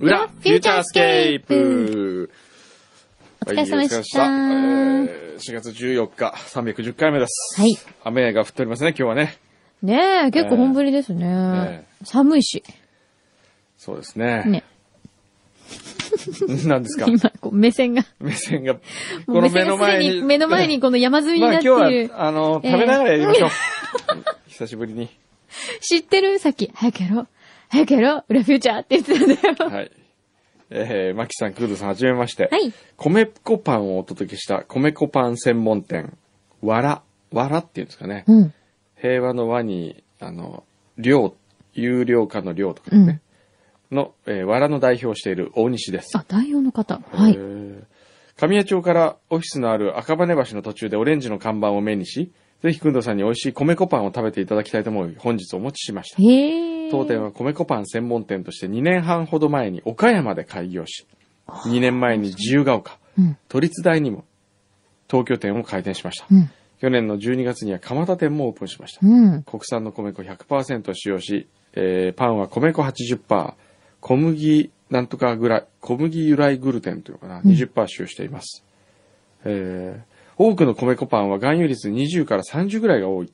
裏、フューチャースケープお疲れ様でしたはいお疲れ様でしたえー4月14日、310回目です。はい。雨が降っておりますね、今日はね。ねえ、結構本降りですね。ね寒いし。そうですね。ね。 何ですか今、こう目線が。目線 が、こものう目線目のがす前でに。に、目の前にこの山積みにまあなっ今て日る。は、あの、えー食べながらやりましょう。 久しぶりに。知ってるさっき、早くやろう。早くやろう。裏フューチャーって言ってたんだよ。はい。えー、マキさん、クールさん、はじめまして。はい。米粉パンをお届けした、米粉パン専門店、わら、わら っていうんですかね。うん。平和の和に、あの、量、有料化の量とかね、の、えー、わらの代表をしている大西です。あ、代表の方。はえい。ー神谷町からオフィスのある赤羽橋の途中でオレンジの看板を目にし、ぜひ、くんどさんに美味しい米粉パンを食べていただきたいと思い、本日お持ちしました。へえ。当店は米粉パン専門店として2年半ほど前に岡山で開業し、2年前に自由が丘、うん。都立大にも東京店を開店しました。うん。去年の12月には蒲田店もオープンしました。うん。国産の米粉100%使用し、えーパンは米粉80%、小麦なんとかぐらい、小麦由来グルテンというのかな、ん20%使用しています。えー多くの米粉パンは含有率20から30ぐらいが多い。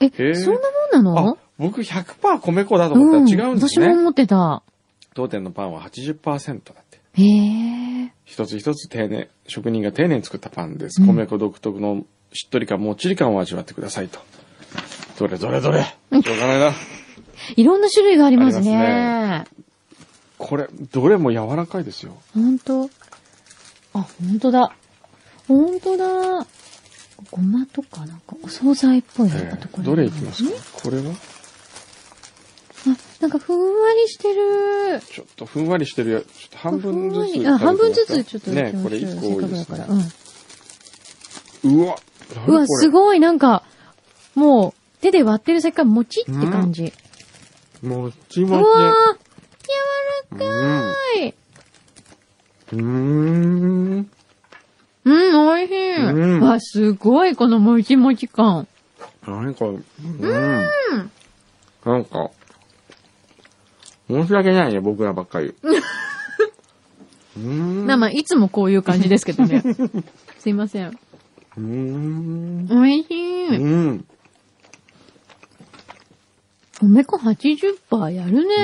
へええ、そんなもんなあの、僕100%米粉だとう思ん。ったら違うんです私ね。も思ってた。当店のパンは80%だって。へえ。一つ一つ丁寧、職人が丁寧に作ったパンです。うん米粉独特のしっとり感、もっちり感を味わってくださいと。どれどれどれ。しょうがないな。いろんな種類がありますあね。これ、どれも柔らかいですよ。ほんと。あ、ほんとだ。ほんとだ。ごまとかなんかお惣菜っぽいなんかところ、どれいきますかこれはあ、なんかふんわりしてる。ちょっとふんわりしてるやつ。ちょっと半分ずふんわつ。りあ、半分ずつちょっとね行きましょうこれ一個多いでせっすかねくだから。うんうわうわ、すい。ごい、なんか、もう、手で割ってる先からもちって感じ。もちうもわち。ー、柔らかい。うん。うーん。うん、美味しい。うんわ、すごい、このもちもち感。何これ。うん。なんか、申し訳ないね、僕らばっか り。うーん。まあまあ、いつもこういう感じですけど ね。すいません。うーん。美味しい。うん。米粉80%やるね、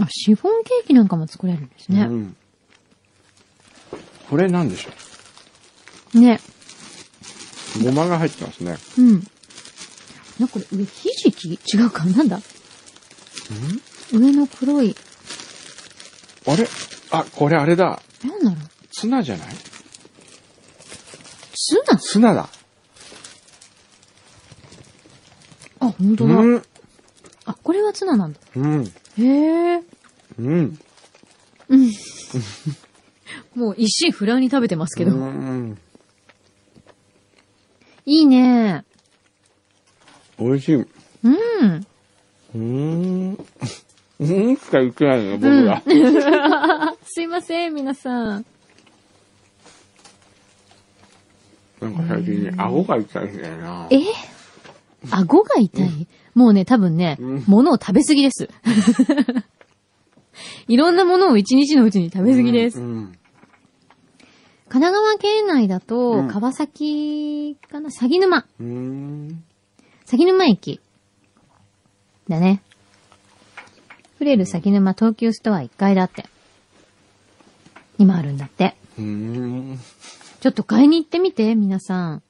あ、シフォンケーキなんかも作れるんですうね。ん。これなんでしょね。うごまが入ってますね。うん。な、これ、上、ひじき違うかなんだ上の黒い、あれあ、これあれだ。なんだろうツナじゃないツナツナだ。あ、ほんとだ、うん。あ、これはツナなんだ。うん。へえ。うん。もう一心不乱に食べてますけど。うん。いいね美味しい。ううん。ーん。うんしか言ってないのよ、僕が。すいません、皆さん。なんか最近ね、顎が痛いんだよな。え顎が痛い、もうね、多分ね、うん物を食べ過ぎです。 いろんなものを一日のうちに食べ過ぎです。うん。神奈川県内だと、うん川崎かな鷺沼。うん。鷺沼駅。だね。フレル鷺沼東急ストア1階だって。今あるんだって。うん。ちょっと買いに行ってみて、皆さん。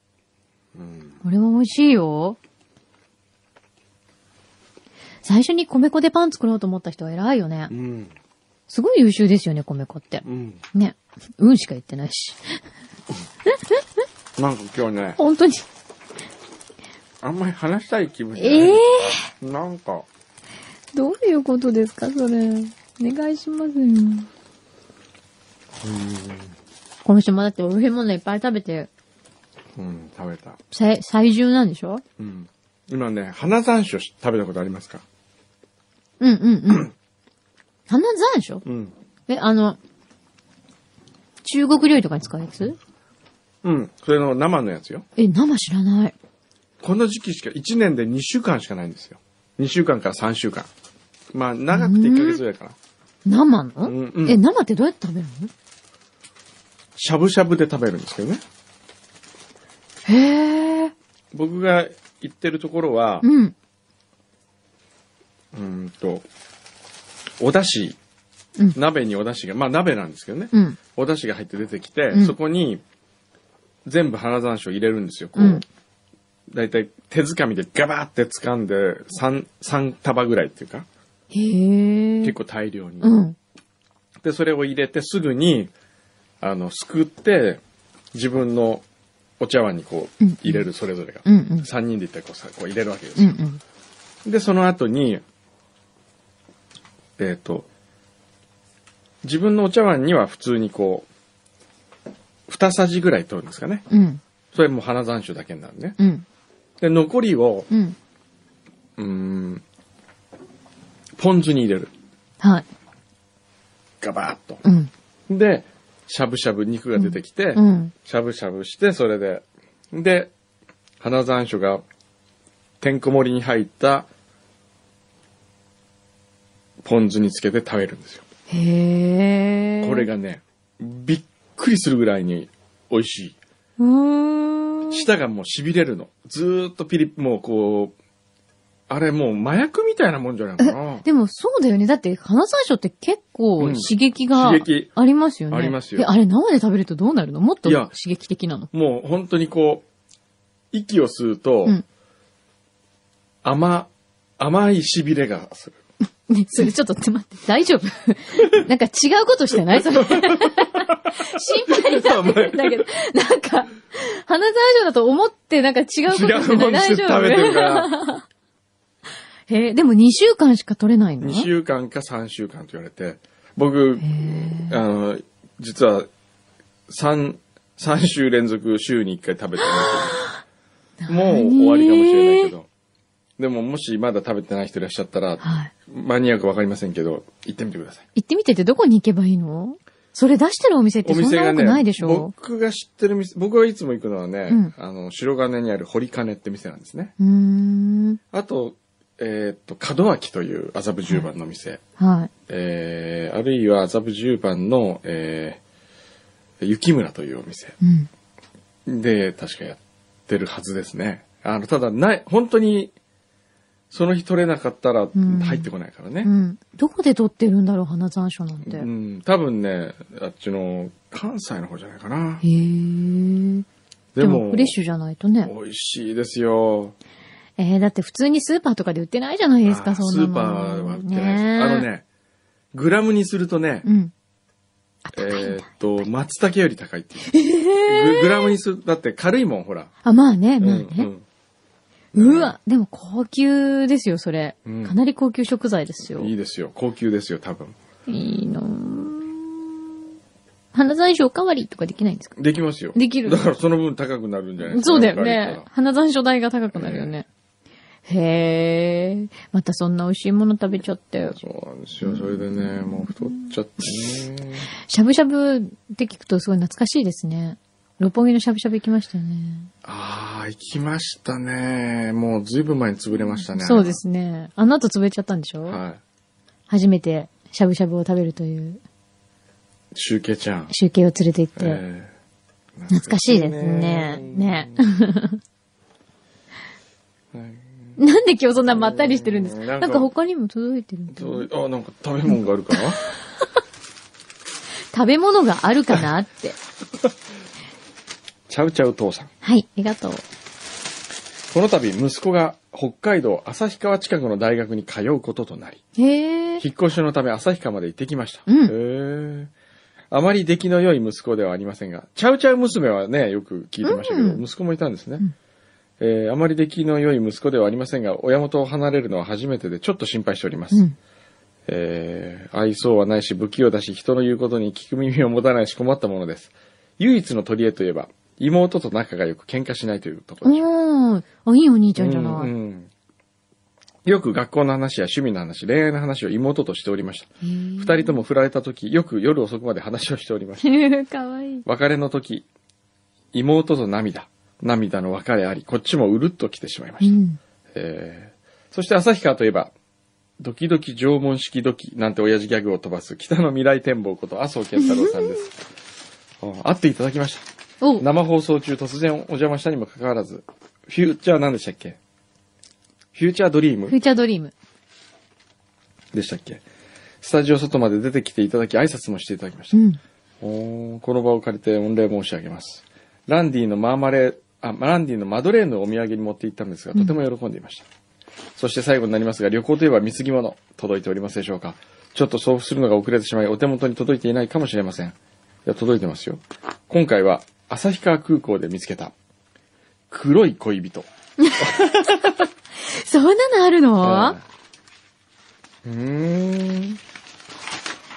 うん。これは美味しいよ。最初に米粉でパン作ろうと思った人は偉いよねう。ん。すごい優秀ですよね、米粉って。うん。ね。うんしか言ってないし。なんか今日ね、本当に。あんまり話したい気分じゃないええなんか、どういうことですか、それ。お願いしますよ。この人もだって美味しいものいっぱい食べて、うん、食べた。最、最重なんでしょうん。今ね、花山椒し食べたことありますかうんうんうん。花山椒うん。え、あの、中国料理とかに使うやつうん。それの生のやつよ。え、生知らない。この時期しか、1年で2週間しかないんですよ。2週間から3週間。まあ、長くて1ヶ月ぐらいかな。う生の、うんうんえ、生ってどうやって食べるのしゃぶしゃぶで食べるんですけどね。へえ。僕が行ってるところは、うん。うーんと、お出汁、うん鍋にお出汁が、まあ鍋なんですけどね。うん。お出汁が入って出てきて、うんそこに全部花山椒入れるんですよ。こう、うんだいたい手づかみでガバーって掴んで、3、三束ぐらいっていうか、へえ。結構大量に。うん。で、それを入れてすぐに、あの、すくって、自分のお茶碗にこううん、入れる、それぞれが。うんうん。 3人でいったらこうさ、こう入れるわけですうよ。んうん。で、その後に、えっ、と、自分のお茶碗には普通にこう、二さじぐらい取るんですかね。うん。それもう花山椒だけになるね。うん。で、残りを、うん。うーん、ポン酢に入れる。はい。ガバーッと。うん。で、しゃぶしゃぶ肉が出てきて、うん。しゃぶしゃぶして、それで。で、花山椒が、てんこ盛りに入った、ポン酢につけて食べるんですよ。へえ。これ。がね、びっくりするぐらいに美味しうーん。い。舌がもう痺れるの。ずーっとピリッ、もうこう、あれもう麻薬みたいなもんじゃないかな。でもそうだよね。だって、花山椒って結構うん刺激が刺激ありますよね。ありますよえ、あれ生で食べるとどうなるのもっといいや刺激的なの。もう本当にこう、息を吸うと、うん甘、甘い痺れがする。ね、それちょっと待って、大丈夫 なんか違うことしてないそ れ。心配になってるんだけど、なんか、花山椒だと思ってなんか違うことし違てなうもんいして大食丈べてるか夫 ら、へえ、でも2週間しか取れないの2週間か3週間と言われて、僕、あの、実は、3、3週連続週に1回食べてないけどもう終わりかもしれないけど。でも、もしまだ食べてない人いらっしゃったら、はい。マニアックわかりませんけど、行ってみてください。行ってみてってどこに行けばいいのそれ出してるお店っておそん店なが多くね、ないでしょ僕が知ってる店、僕がいつも行くのはね、うんあの、白金にある堀金って店なんですね。うーん。あと、えーっと、門脇という麻布十番の店。はい。えー、あるいは麻布十番の、えー、雪村というお店うん。で確かやってるはずですね。あの、ただない、本当に、その日取れなかったらん入ってこないからね。ううんん。どこで取ってるんだろう、花山椒なんて。多分ね、あっちの関西の方じゃないかな。へえ。ででも、も、フレッシュじゃないとね。美味しいですよ。えー、だって普通にスーパーとかで売ってないじゃないですあか、ーそんスなーの。パーは売ってないです。あの。ね、グラムにするとね、うん。あ、え高いんーだ。っと、松茸より高いっていう。ググラムにする、だって軽いもん、ほら。あ、まあね、うまあんうね。んうわ、でも高級ですよ、それ。うんかなり高級食材ですよ。いいですよ。高級ですよ、多分。いいなぁ花山椒おかわりとかできないんですかできますよ。できるだからその分高くなるんじゃないですか。そうだよやっねぱ。花山椒代が高くなるよね。へえ。またそんな美味しいもの食べちゃってり。そうなんですよ。それでね、もう太っちゃってね。しゃぶしゃぶって聞くとすごい懐かしいですね。六本木のしゃぶしゃぶ行きましたよね。ああ、行きましたね。もうずいぶん前に潰れましたね。そうで。すね。あの後潰れちゃったんでしょ、は初めてしゃぶしゃぶを食べるというい。集計ちゃん。集計を連れて行って、ええ懐かしいです ね。ね。なんで今日そんなまったりしてるんですかうんなんなかんか他にも届いてるみたいなそうあ、なんか食べ物がある かな食べ物があるかな って。ちゃうちゃう父さん。はい、ありがとう。この度、息子が北海道旭川近くの大学に通うこととなり、へえ。引っ越しのため旭川まで行ってきました。うんへえ。あまり出来の良い息子ではありませんが、ちゃうちゃう娘はね、よく聞いてましたけど、うん息子もいたんですね。んえーあまり出来の良い息子ではありませんが、親元を離れるのは初めてでちょっと心配しております。うん。えー愛想はないし不器用だし、人の言うことに聞く耳を持たないし困ったものです。唯一の取り柄といえば、妹と仲が良く喧嘩しないというところでしょうおー、あ、いいお兄ちゃんじゃない。うんうんよく学校の話や趣味の話、恋愛の話を妹としておりました。二人とも振られた時、よく夜遅くまで話をしておりました。へえ、 かわいい。別れの時、妹と涙。涙の別れあり、こっちもうるっと来てしまいまうした。ん。えーそして旭川といえば、ドキドキ縄文式ドキなんて親父ギャグを飛ばす北の未来展望こと麻生健太郎さんです。お会っていただきました。お生放送中突然お邪魔したにもかかわらず、フューチャー何でしたっけフューチャードリームフューチャードリーム。でしたっけスタジオ外まで出てきていただき挨拶もしていただきましう た。ん。おーこの場を借りて御礼申し上げます。ランディのマーマレー、あ、ランディのマドレーヌをお土産に持って行ったんですが、とても喜んでいました。そして最後になりますが、旅行といえば貢ぎ物、届いておりますでしょうかちょっと送付するのが遅れてしまい、お手元に届いていないかもしれません。いや、届いてますよ。今回は、旭川空港で見つけた、黒い恋人。そんなのあるのうんうーん。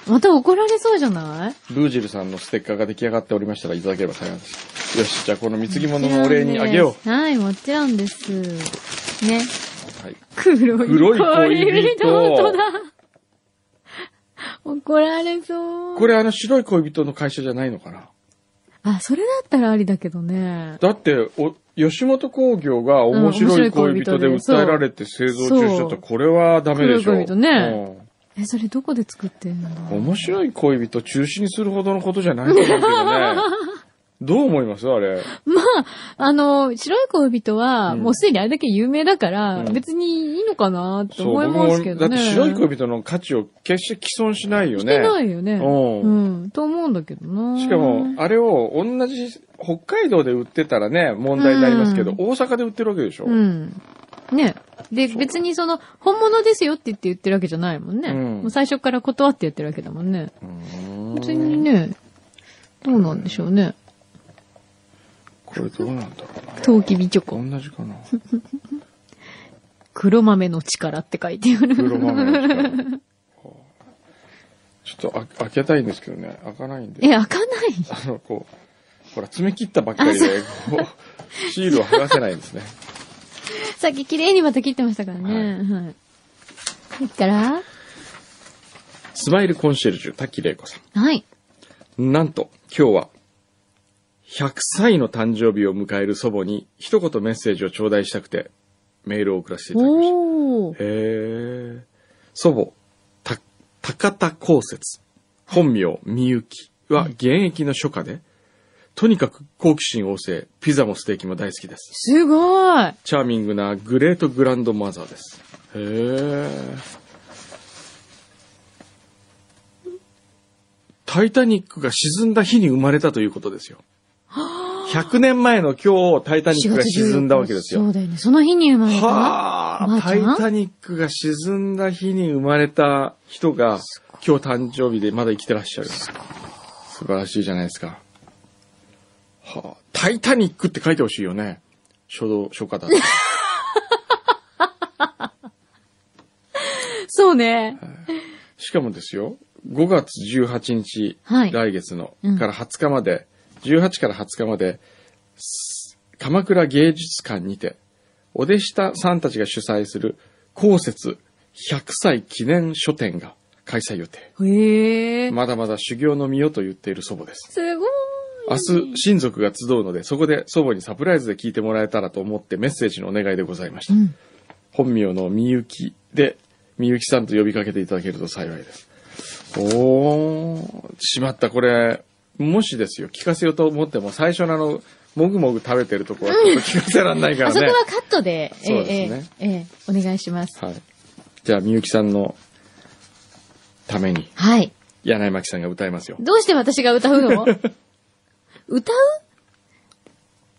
また怒られそうじゃないブージルさんのステッカーが出来上がっておりましたらいただければ幸いです。よし、じゃあこの貢ぎ物のお礼にあげよう。はい、もちろんです。ね。う。はい。黒い黒い恋恋人人。本当だ。怒られそう。これあの白い恋人の会社じゃないのかなあ、それだったらありだけどね。だって、お、吉本興業が面白い恋人でうん面白訴えい恋人でられて製造中止だったそらうこれはダメでしょ。黒い恋人ねえ、それどこで作ってんのうん面白い恋人中止にするほどのことじゃないと思うけど ね。どう思いますあれ。あの、白い恋人は、うんもうすでにあれだけ有名だから、うん別にいいのかなって思い僕もますけどね。だって白い恋人の価値を決して毀損しないよね。してないよね。ううん。と思うんだけどな。しかも、あれを同じ北海道で売ってたらね、問題になりますけど、うん大阪で売ってるわけでしょ。うん。ね。で、別にその、本物ですよって言って言ってるわけじゃないもんね。うんもう最初から断ってやってるわけだもんね。うん別にね、どうなんでしょうね。これどうなんだろうな。トウキビチョコ。同じかな。黒豆の力って書いてあ黒る。豆の力ちょっとあ開けたいんですけどね、開かないんで。 え、開かないあの、こう、ほら、爪切ったばっかりで、こう、シールを剥がせないんですね。さっき綺麗にまた切ってましたからね。はい。そっからスマイルコンシェルジュ、滝玲子さん。はい。なんと、今日は、100歳の誕生日を迎える祖母に、一言メッセージを頂戴したくて、メールを送らせていただきました。おー。へえ。祖母、た、高田光節、本名、みゆきは現役の初夏で、とにかく好奇心旺盛、ピザもステーキも大好きです。すごい。チャーミングなグレートグランドマザーです。へえ。タイタニックが沈んだ日に生まれたということですよ。100年前の今日、タイタニックが沈んだわけですよそ。うだよね。その日に生まれた。はまあ、あタイタニックが沈んだ日に生まれた人が、今日誕生日でまだ生きてらっしゃる。素晴らしいじゃないですか。はあ、タイタニックって書いてほしいよね。書道、書家だと。そうね。しかもですよ、5月18日、はい来月の、うんから20日まで、18から20日まで、す鎌倉芸術館にて、お弟子たさんたちが主催する、公設100歳記念書店が開催予定。へえ。まだまだ修行の身よと言っている祖母です。すごい。明日、親族が集うので、そこで祖母にサプライズで聞いてもらえたらと思ってメッセージのお願いでございましたう。ん。本名のみゆきで、みゆきさんと呼びかけていただけると幸いです。おー、しまった、これ、もしですよ、聞かせようと思っても、最初のあの、もぐもぐ食べてるとこはちょっと聞かせられないかあらそこね。はカットで、えそうですねえええお願いします。はい。じゃあ、みゆきさんのために、はい。柳巻さんが歌いますよ。どうして私が歌 うの歌う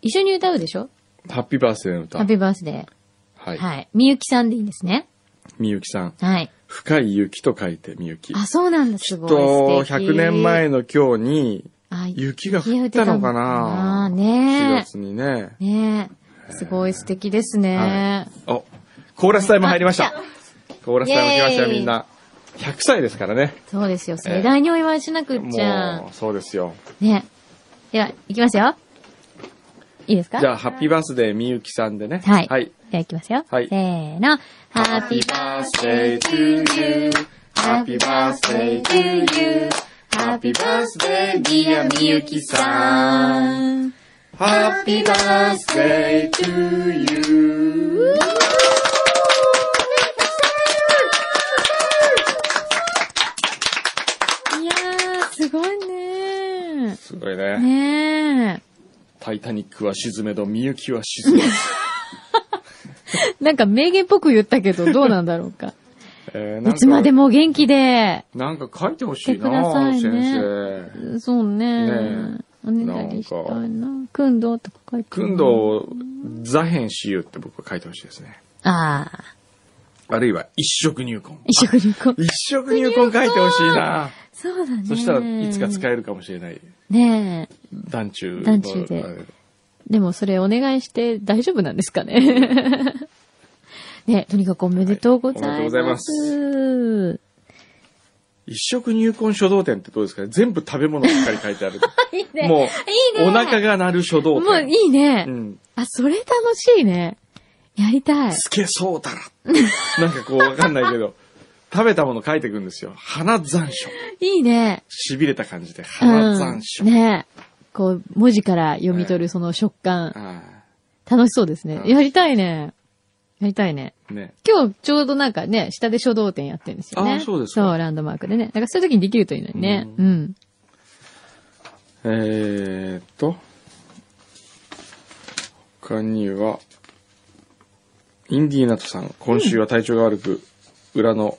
一緒に歌うでしょハッピーバースデーの歌。ハッピーバースデはー。い。はい。みゆきさんでいいんですね。みゆきさん。はい。深い雪と書いてみゆき。あ、そうなんだ、すごい。と、素敵100年前の今日に、あ雪が降ったのかな雪が降ってたのかなねえ4月にね。ねえ。すごい素敵ですはね。い。お、コーラスタイム入りましたあ。コーラスタイム来ましたよ、イェーイみんな。100歳ですからね。そうですよ。盛大にお祝いしなくっちゃも。う、そうですよ。ねえ。では、いきますよ。いいですかじゃあ、ハッピーバースデーみゆきさんでね。はい。はい。では、いきますよ。はいせーの。Happy birthday to you.Happy birthday to you.Happy birthday, dear みゆきさん。 Happy birthday to you. おめでとうございますいね。ねタイタニックは沈めど、みゆきは沈めず。え。なんか名言っぽく言ったけど、どうなんだろうか。えー なんいかつまでも元気で、なんか書いてほしいな、言ってくださいね先生。そうね。ねお願いしたいな。くんどうとか書いてあるくんどを座編しゆって僕は書いてほしいですね。ああ。あるいは一色入魂。一色旅行。一色入魂書いてほしいな。そうだね。そしたらいつか使えるかもしれない。ねえ。団中の。団中であれでもそれお願いして大丈夫なんですかね。ね、とにかくおめでとうござはいおめでとういございま。ます一食入魂書道展ってどうですかね全部食べ物ばっかり書いてある。いい ね。も、いいうね。お腹が鳴る書道もう展。いいね、うん。あ、それ楽しいね。やりたい。つけそうたら。なんかこうわかんないけ ど、食べたもの書いていくんですよ。花残暑。いいね。痺れた感じで。う花残ん暑。。ねこう、文字から読み取るその食感。あ楽しそうですね。うんやりたいね。やりたいね。あ、ね。今日ちょうどなんかね、下で書道展やってるんですよね。あーそうですかそう、ランドマークでね。だからそういう時にできるといいのにね。う。うんえー、っと、他には、インディーナトさん、今週は体調が悪く、裏の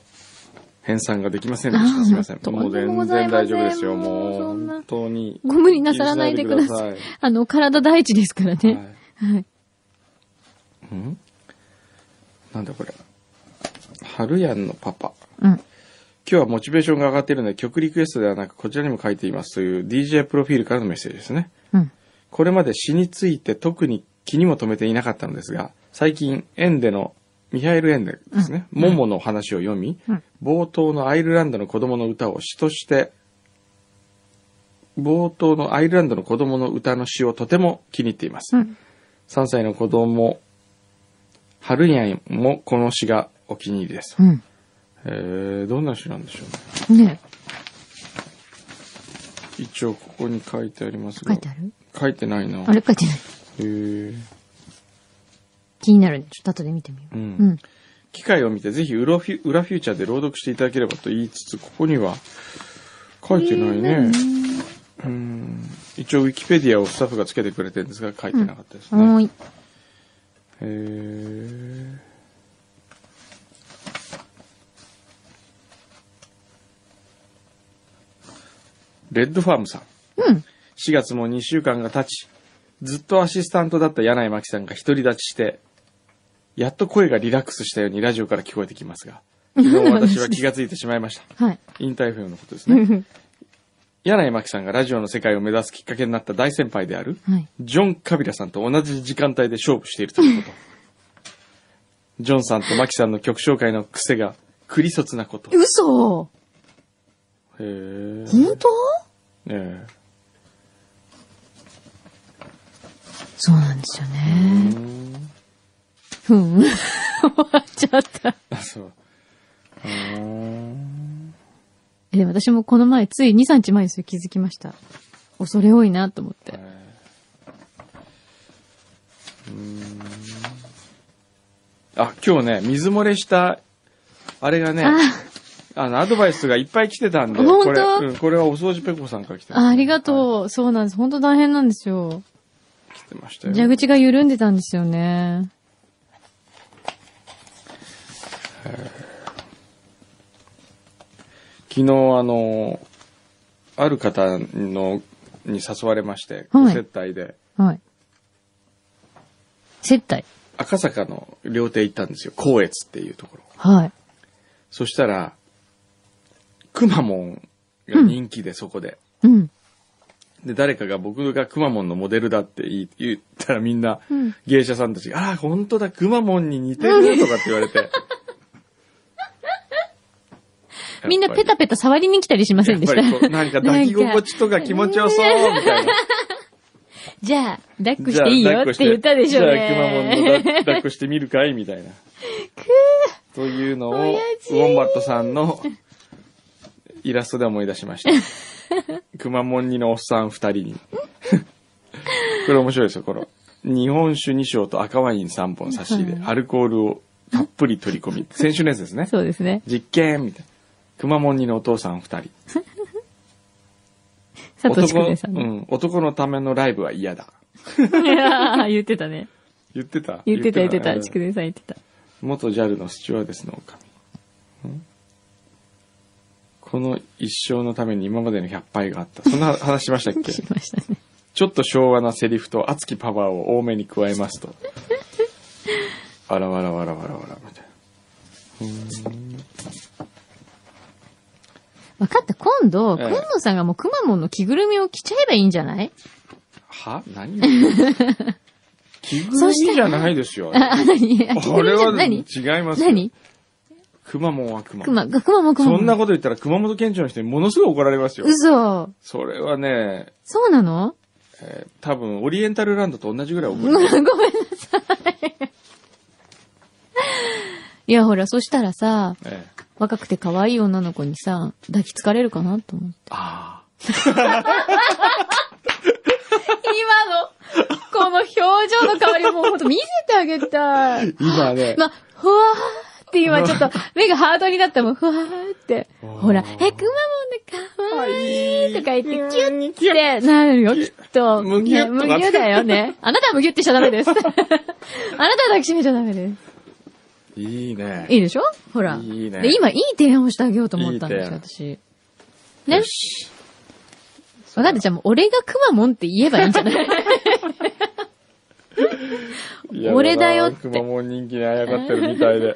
編纂ができませんでしあーた。すいません。とんでももうござい全ませ然大ん丈夫ですよ。もうもう、そんな本当に。ご無理なさらないでください。気にしなあの、体第一ですからいでください。ね。はい。はいんなんだこれ。ハルヤンのパパ。うん。今日はモチベーションが上がっているので曲リクエストではなくこちらにも書いていますという DJ プロフィールからのメッセージですね。うん。これまで詩について特に気にも留めていなかったのですが、最近、エンデの、ミハエル・エンデですね、モモの話を読み、うん冒頭のアイルランドの子供の歌を詩として、冒頭のアイルランドの子供の歌の詩をとても気に入っています。うん。 3歳の子供、ハルヤンもこの詩がお気に入りです。うん。えー、どんな詩なんでしょうね。ね一応ここに書いてあります書が。いてある書いてないな。あれ書いてない。へー気になるね。ちょっと後で見てみよう。うんうん。機会を見て、ぜひ裏フュ、裏フューチャーで朗読していただければと言いつつ、ここには書いてないね。うん一応、ウィキペディアをスタッフがつけてくれてるんですが、書いてなかったですね。はーい。へーレッドファームさん。うん。 4月も2週間が経ち、ずっとアシスタントだった柳井真紀さんが独り立ちして、やっと声がリラックスしたようにラジオから聞こえてきます が、昨日私は気がついてしまいました。はい。インターフェムのことですうね。 ん柳井真紀さんがラジオの世界を目指すきっかけになった大先輩である、はい。ジョン・カビラさんと同じ時間帯で勝負しているということ。ジョンさんとマキさんの曲紹介の癖が、クリソツなこと。へ嘘え。本当えそうなんですよえね。うんふん。 終わっちゃった。あ、そう。うーんえ、私もこの前、つい2、3日前ですよ、気づきました。恐れ多いなと思って。あ、今日ね、水漏れした、あれがね、あ、あの、アドバイスがいっぱい来てたんで、本当これ、うん、これはお掃除ペコさんから来てあありがう。とう。そうなんです。本当大変なんですよ。来てましたよ。蛇口が緩んでたんですよね。昨日、あの、ある方の、に誘われまして、はいご接待で、はい。接待。赤坂の料亭行ったんですよ。光悦っていうところ。はい。そしたら、くまモンが人気で、そこで。うん。で、誰かが僕がくまモンのモデルだって言い言ったらみんな、うん芸者さんたちが、ああ、本当だ、くまモンに似てるとかって言われて。 みんなペタペペタ触りに来たりしませんでした。やっぱりこうなんか抱き心地とか気持ちよそう、みたいな。 じゃあ、抱っこしていいよって言ったでしょうじゃあ、くまモンね。の抱抱っこしてみるかいみたいな。というのを、ウ親父ォンバットさんのイラストで思い出しました。 くまモンにのおっさん二人に。これ面白いですよ、この。日本酒2升と赤ワイン3本差し入れ、アルコールをたっぷり取り込み、先週のやつですね。 そうですね。実験みたいな。くまモンにのお父さん二人。佐藤筑前さんうの。ん、男のためのライブは嫌だ。いや ー言ってたね。言ってた言ってた言ってうた。ん筑前さん言ってた。元 JAL のスチュワーデスの狼。んこの一生のために今までの100杯があった。そんな 話しましたっけしましたね。ちょっと昭和なセリフと熱きパワーを多めに加えますと。あらわらわらわらわら、みたいな。分かった。今度、ええ今野さんがもうくまモンの着ぐるみを着ちゃえばいいんじゃない は何言ってんの着ぐるみじゃないですよ。あ、何あ着こぐるれみじゃはん違い何ますよ。何くまモンはくまくま、くまモンくまモン。そんなこと言ったら熊本県庁の人にものすごい怒られますよ。嘘。それはね、そうなの えー多分オリエンタルランドと同じぐらい怒ごめんる。なさい。 いや、ほら、そしたらさ、ええ若くて可愛い女の子にさ、抱きつかれるかなと思って。ああ。 今の、この表情の変わりもうほんと見せてあげたい。今ね、ま、ふわーって今 ちょっと目がハードになったもん、ふわーって。おーほら、え、くまモンで可愛いとか言って、キュッってなるよ、きっと。むぎゅっねとむなってぎゅだよね。あなたはむぎゅってしちゃダ メです。あなたは抱きしめちゃダメです。いいね。いいでしょほら。いいねで、今、いい提案をしてあげようと思ったんですよ、いい私。ねよ。し。分かった、じゃあもう、俺がくまモンって言えばいいんじゃない いや俺だよって熊本人気にあやかってるみたい で。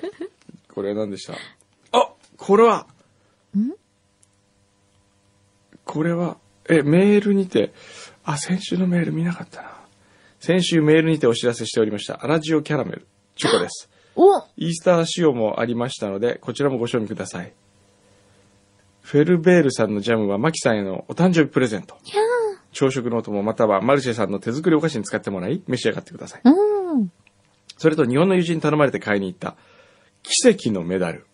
これは何でしたあこれはこれは、え、メールにて、あ、先週のメール見なかったな。先週メールにてお知らせしておりました。アラジオキャラメル、チョコ です。おイースター仕様もありましたので、こちらもご賞味ください。フェルベールさんのジャムはマキさんへのお誕生日プレゼント。朝食のお供またはマルシェさんの手作りお菓子に使ってもらい、召し上がってください。うん。それと日本の友人に頼まれて買いに行った、奇跡のメダル。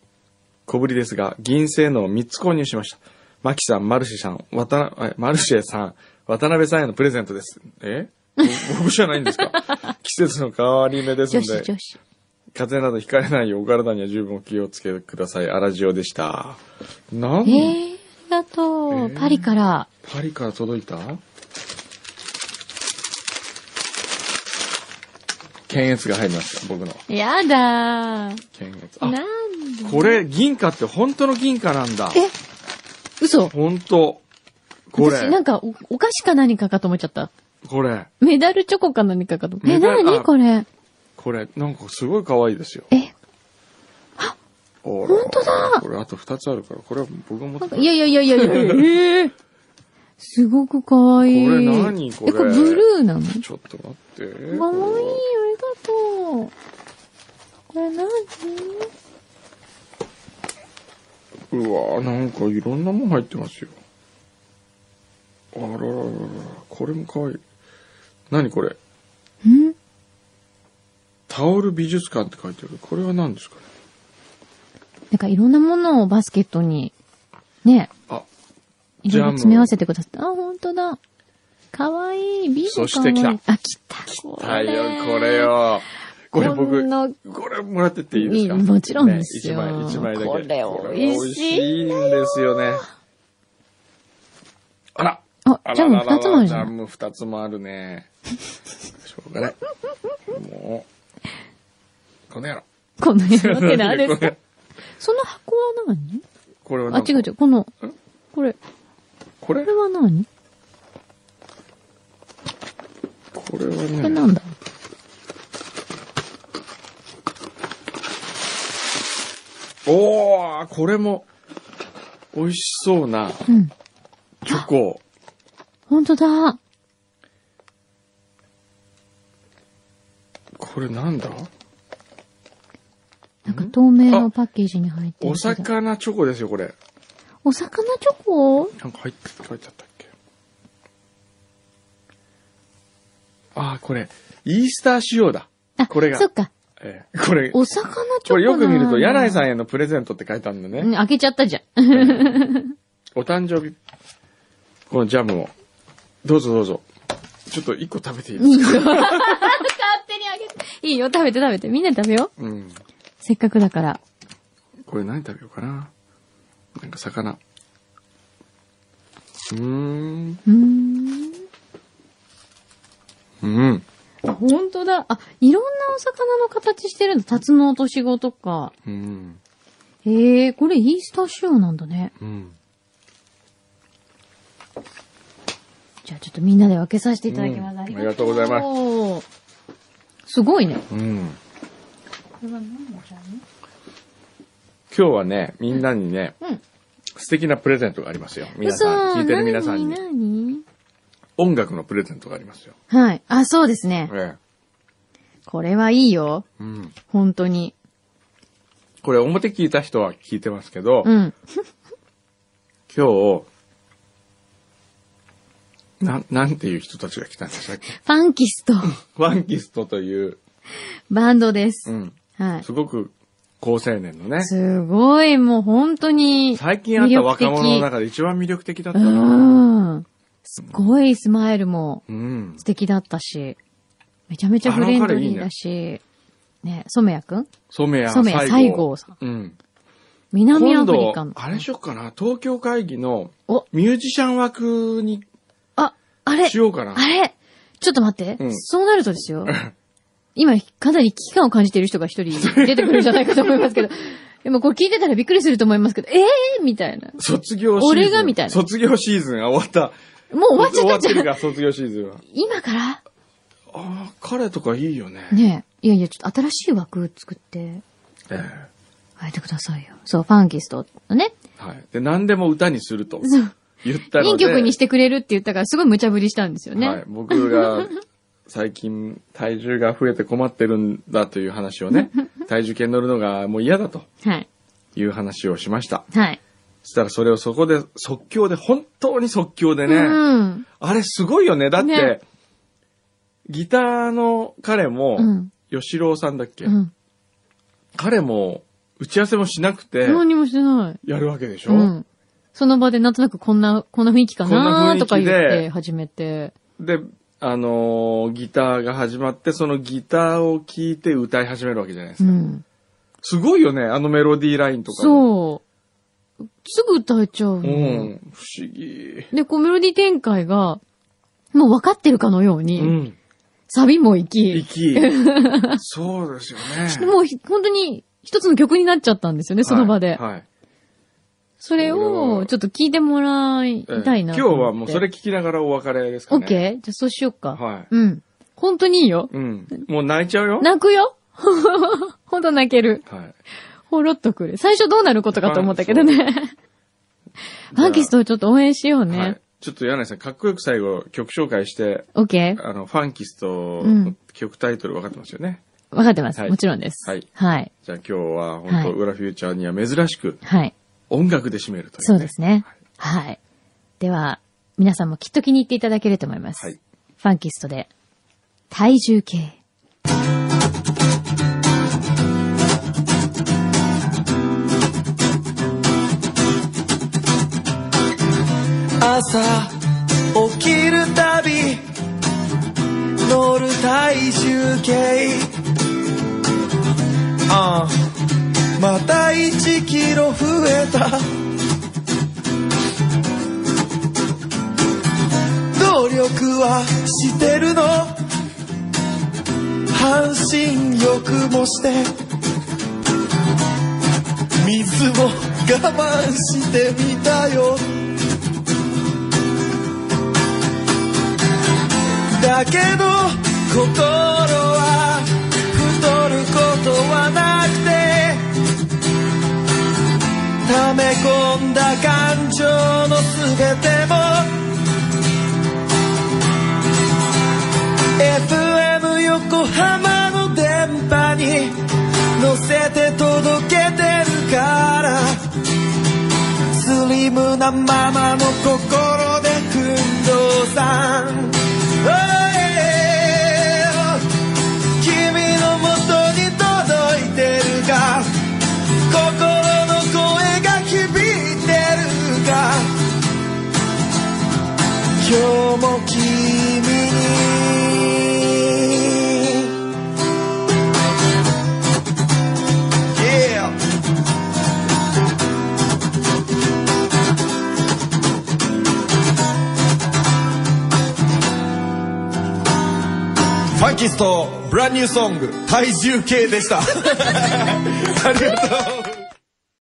小ぶりですが、銀製のを3つ購入しました。マキさん、マルシェさん、渡な、えマルシェさん、渡辺さんへのプレゼントです。えぼ僕じゃないんですか季節の変わり目です女ので、子女子。風邪などひかれないようお体には十分お気をつけください。アラジオでした。なんえー、ありがとう。えーパリから。パリから届いた検閲が入りました、僕の。やだー。検閲。なあんだ。これ、銀貨って本当の銀貨なんだ。え嘘。本当。こ私なれん。かお、お菓子か何かかと思っちゃった。これ。メダルチョコか何かかと思え、メダなルにあこれ。これ、なんかすごい可愛いですよ。え、ほ本当だこれあと2つあるから、これは僕が持ってなんたかいやいやいやいや いや、えーすごくかわいい。これ何これえ、これブルーなのかちょっと待って。かわいい、ありがとう。これ何うわぁ、なんかいろんなもん入ってますよ。あららららら、これも可愛い。何これんタオル美術館って書いてある。これは何ですかねなんかいろんなものをバスケットに、ね、あ、いろいろジャム詰め合わせてくださって。あ、ほんとだ。かわいい。ビールそして来たあ、来た。来はいよ、これ。よ。これこんな僕、これもらってっていいですかいいもちろんですよね一枚、一枚だけ。これこ美味しいんだよ美味しいんですよね。あらああらジャム二つもあるじジゃャん。ム二つもあるね。しょうがない。もう、この野郎。この色って 何ですこかれその箱は何これはあ何、違う違う。この、これ、これこれは何これはこれね、なんだおー、これも、美味しそうなうん。チョコ。ほんとだ。これなんだなんか透明のパッケージに入ってるけど。お魚チョコですよ、これ。お魚チョコなんか入って、書いてあったっけああ、これ、イースター仕様だ。あ、これがそっか。ええ、これ、お魚チョコこれよく見ると、柳井さん。んへのプレゼントって書いてあるんだうん、ね。開けちゃったじゃん。 お誕生日、このジャムを。どうぞどうぞ。ちょっと一個食べていいですか勝手にあげて。いいよ、食べて食べて。みんな食べよう。うん。せっかくだから。これ何食べようかな。なんか魚。うーん。うーん。うん。本当だ。あ、いろんなお魚の形してるんだ。タツノオトシゴとか。うん。へえ、これイースター仕様なんだね。うん。じゃあちょっとみんなで分けさせていただきます。うんありがとます。すごいね。うん。これは何のジャン今日はね、みんなにね、ル素敵なプレゼントがありますよ。うん。皆嘘さん、聞いてる皆さんに何。何音楽のプレゼントがありますよ。はい。あ、そうですね。ええ。これはいいよ。うん。本当に。これ表聞いた人は聞いてますけど、うん。今日、な、なんていう人たちが来たんでしたっけファンキスト、 ワンキストという、バンドです。うん、はい。すごく高青年のね、すごい、もう本当に。最近あった若者の中で一番魅力的だったうな。ん。すごいスマイルもうん素。敵だったし、めちゃめちゃフレンドリーだし、ね、染谷くん染谷染谷西郷さん。うん。南ア今フリ度カの、。あれしよっかな、東京会議のお、ミュージシャン枠にあ、あれしようかな。あれちょっと待って、うんそうなるとで すよ。今、かなり危機感を感じている人が一人出てくるんじゃないかと思いますけ ど、でもこれ聞いてたらびっくりすると思いますけど、ええー、みたいな。卒業シーズン。俺がみたいな卒業シーズンが終わった。もう終わっちゃったじるゃん。か、卒業シーズンは。今からああ、彼とかいいよね。ねえ。いやいや、ちょっと新しい枠作って、えあえてくださいよ。そう、ファンキストのね。えはい。で、何でも歌にするとそう。言ったので。いい曲にしてくれるって言ったから、すごい無茶ぶりしたんですよね。はい。僕が、最近、体重が増えて困ってるんだという話を ね、体重計に乗るのがもう嫌だとはい。いう話をしました。はい。そしたらそれをそこで即興で、本当に即興でね、うん。あれすごいよね。だって、ねギターの彼も、うん吉郎さんだっけ、うん。彼も、打ち合わせもしなくて、何もしてない。やるわけでしうょ、ん。その場でなんとなくこんな、こんな雰囲気かこんな雰な囲気でとか言って始めて。で、あのーギターが始まって、そのギターを聴いて歌い始めるわけじゃないですうか。ん。すごいよね、あのメロディーラインとかも。そう。すぐ歌えちゃうの。うん、不思議。で、こうメロディー展開が、もう分かってるかのように、うん。サビも行き、息。そうですよね。もうひ本当に一つの曲になっちゃったんですよね、その場で。はい。はいそれこれをはちょっと聞いてもらいえーたいな今と日思って。はもうそれ聞きながらお別れですかオね。ッケーじゃあそうしよっか。はいうん。本当にいいよ。うん。もう泣いちゃうよ。泣くよ 本当泣ける。はい。ほろっとくる。最初どうなることかと思ったけど ね。ファンキストをちょっと応援しようね。はい。ちょっと柳井さん、かっこよく最後曲紹介して、オッケーあの、ファンキストうのん曲タイトル分かってますよね。わかってます、はいもちろんです。はいはい。じゃあ今日は本はい当、裏フューチャーには珍しくはい。音楽で締めるという、ね。そうですね。はい。では、皆さんもきっと気に入っていただけると思います。はいファンキストで、体重計。朝起きるたび乗る体重計ああまた1キロ増えた努力はしてるの半身浴もして水を我慢してみたよだけど心は太ることはなくて溜め込んだ感情のすべても FM 横浜の電波に乗せて届けてるからスリムなままの心でくんどうさん Oh, yeah. 君のもとに届いてるか心の声が響いてるか今日も君に Yeah 「ファンキストブランニューソング体重計でした ありがとう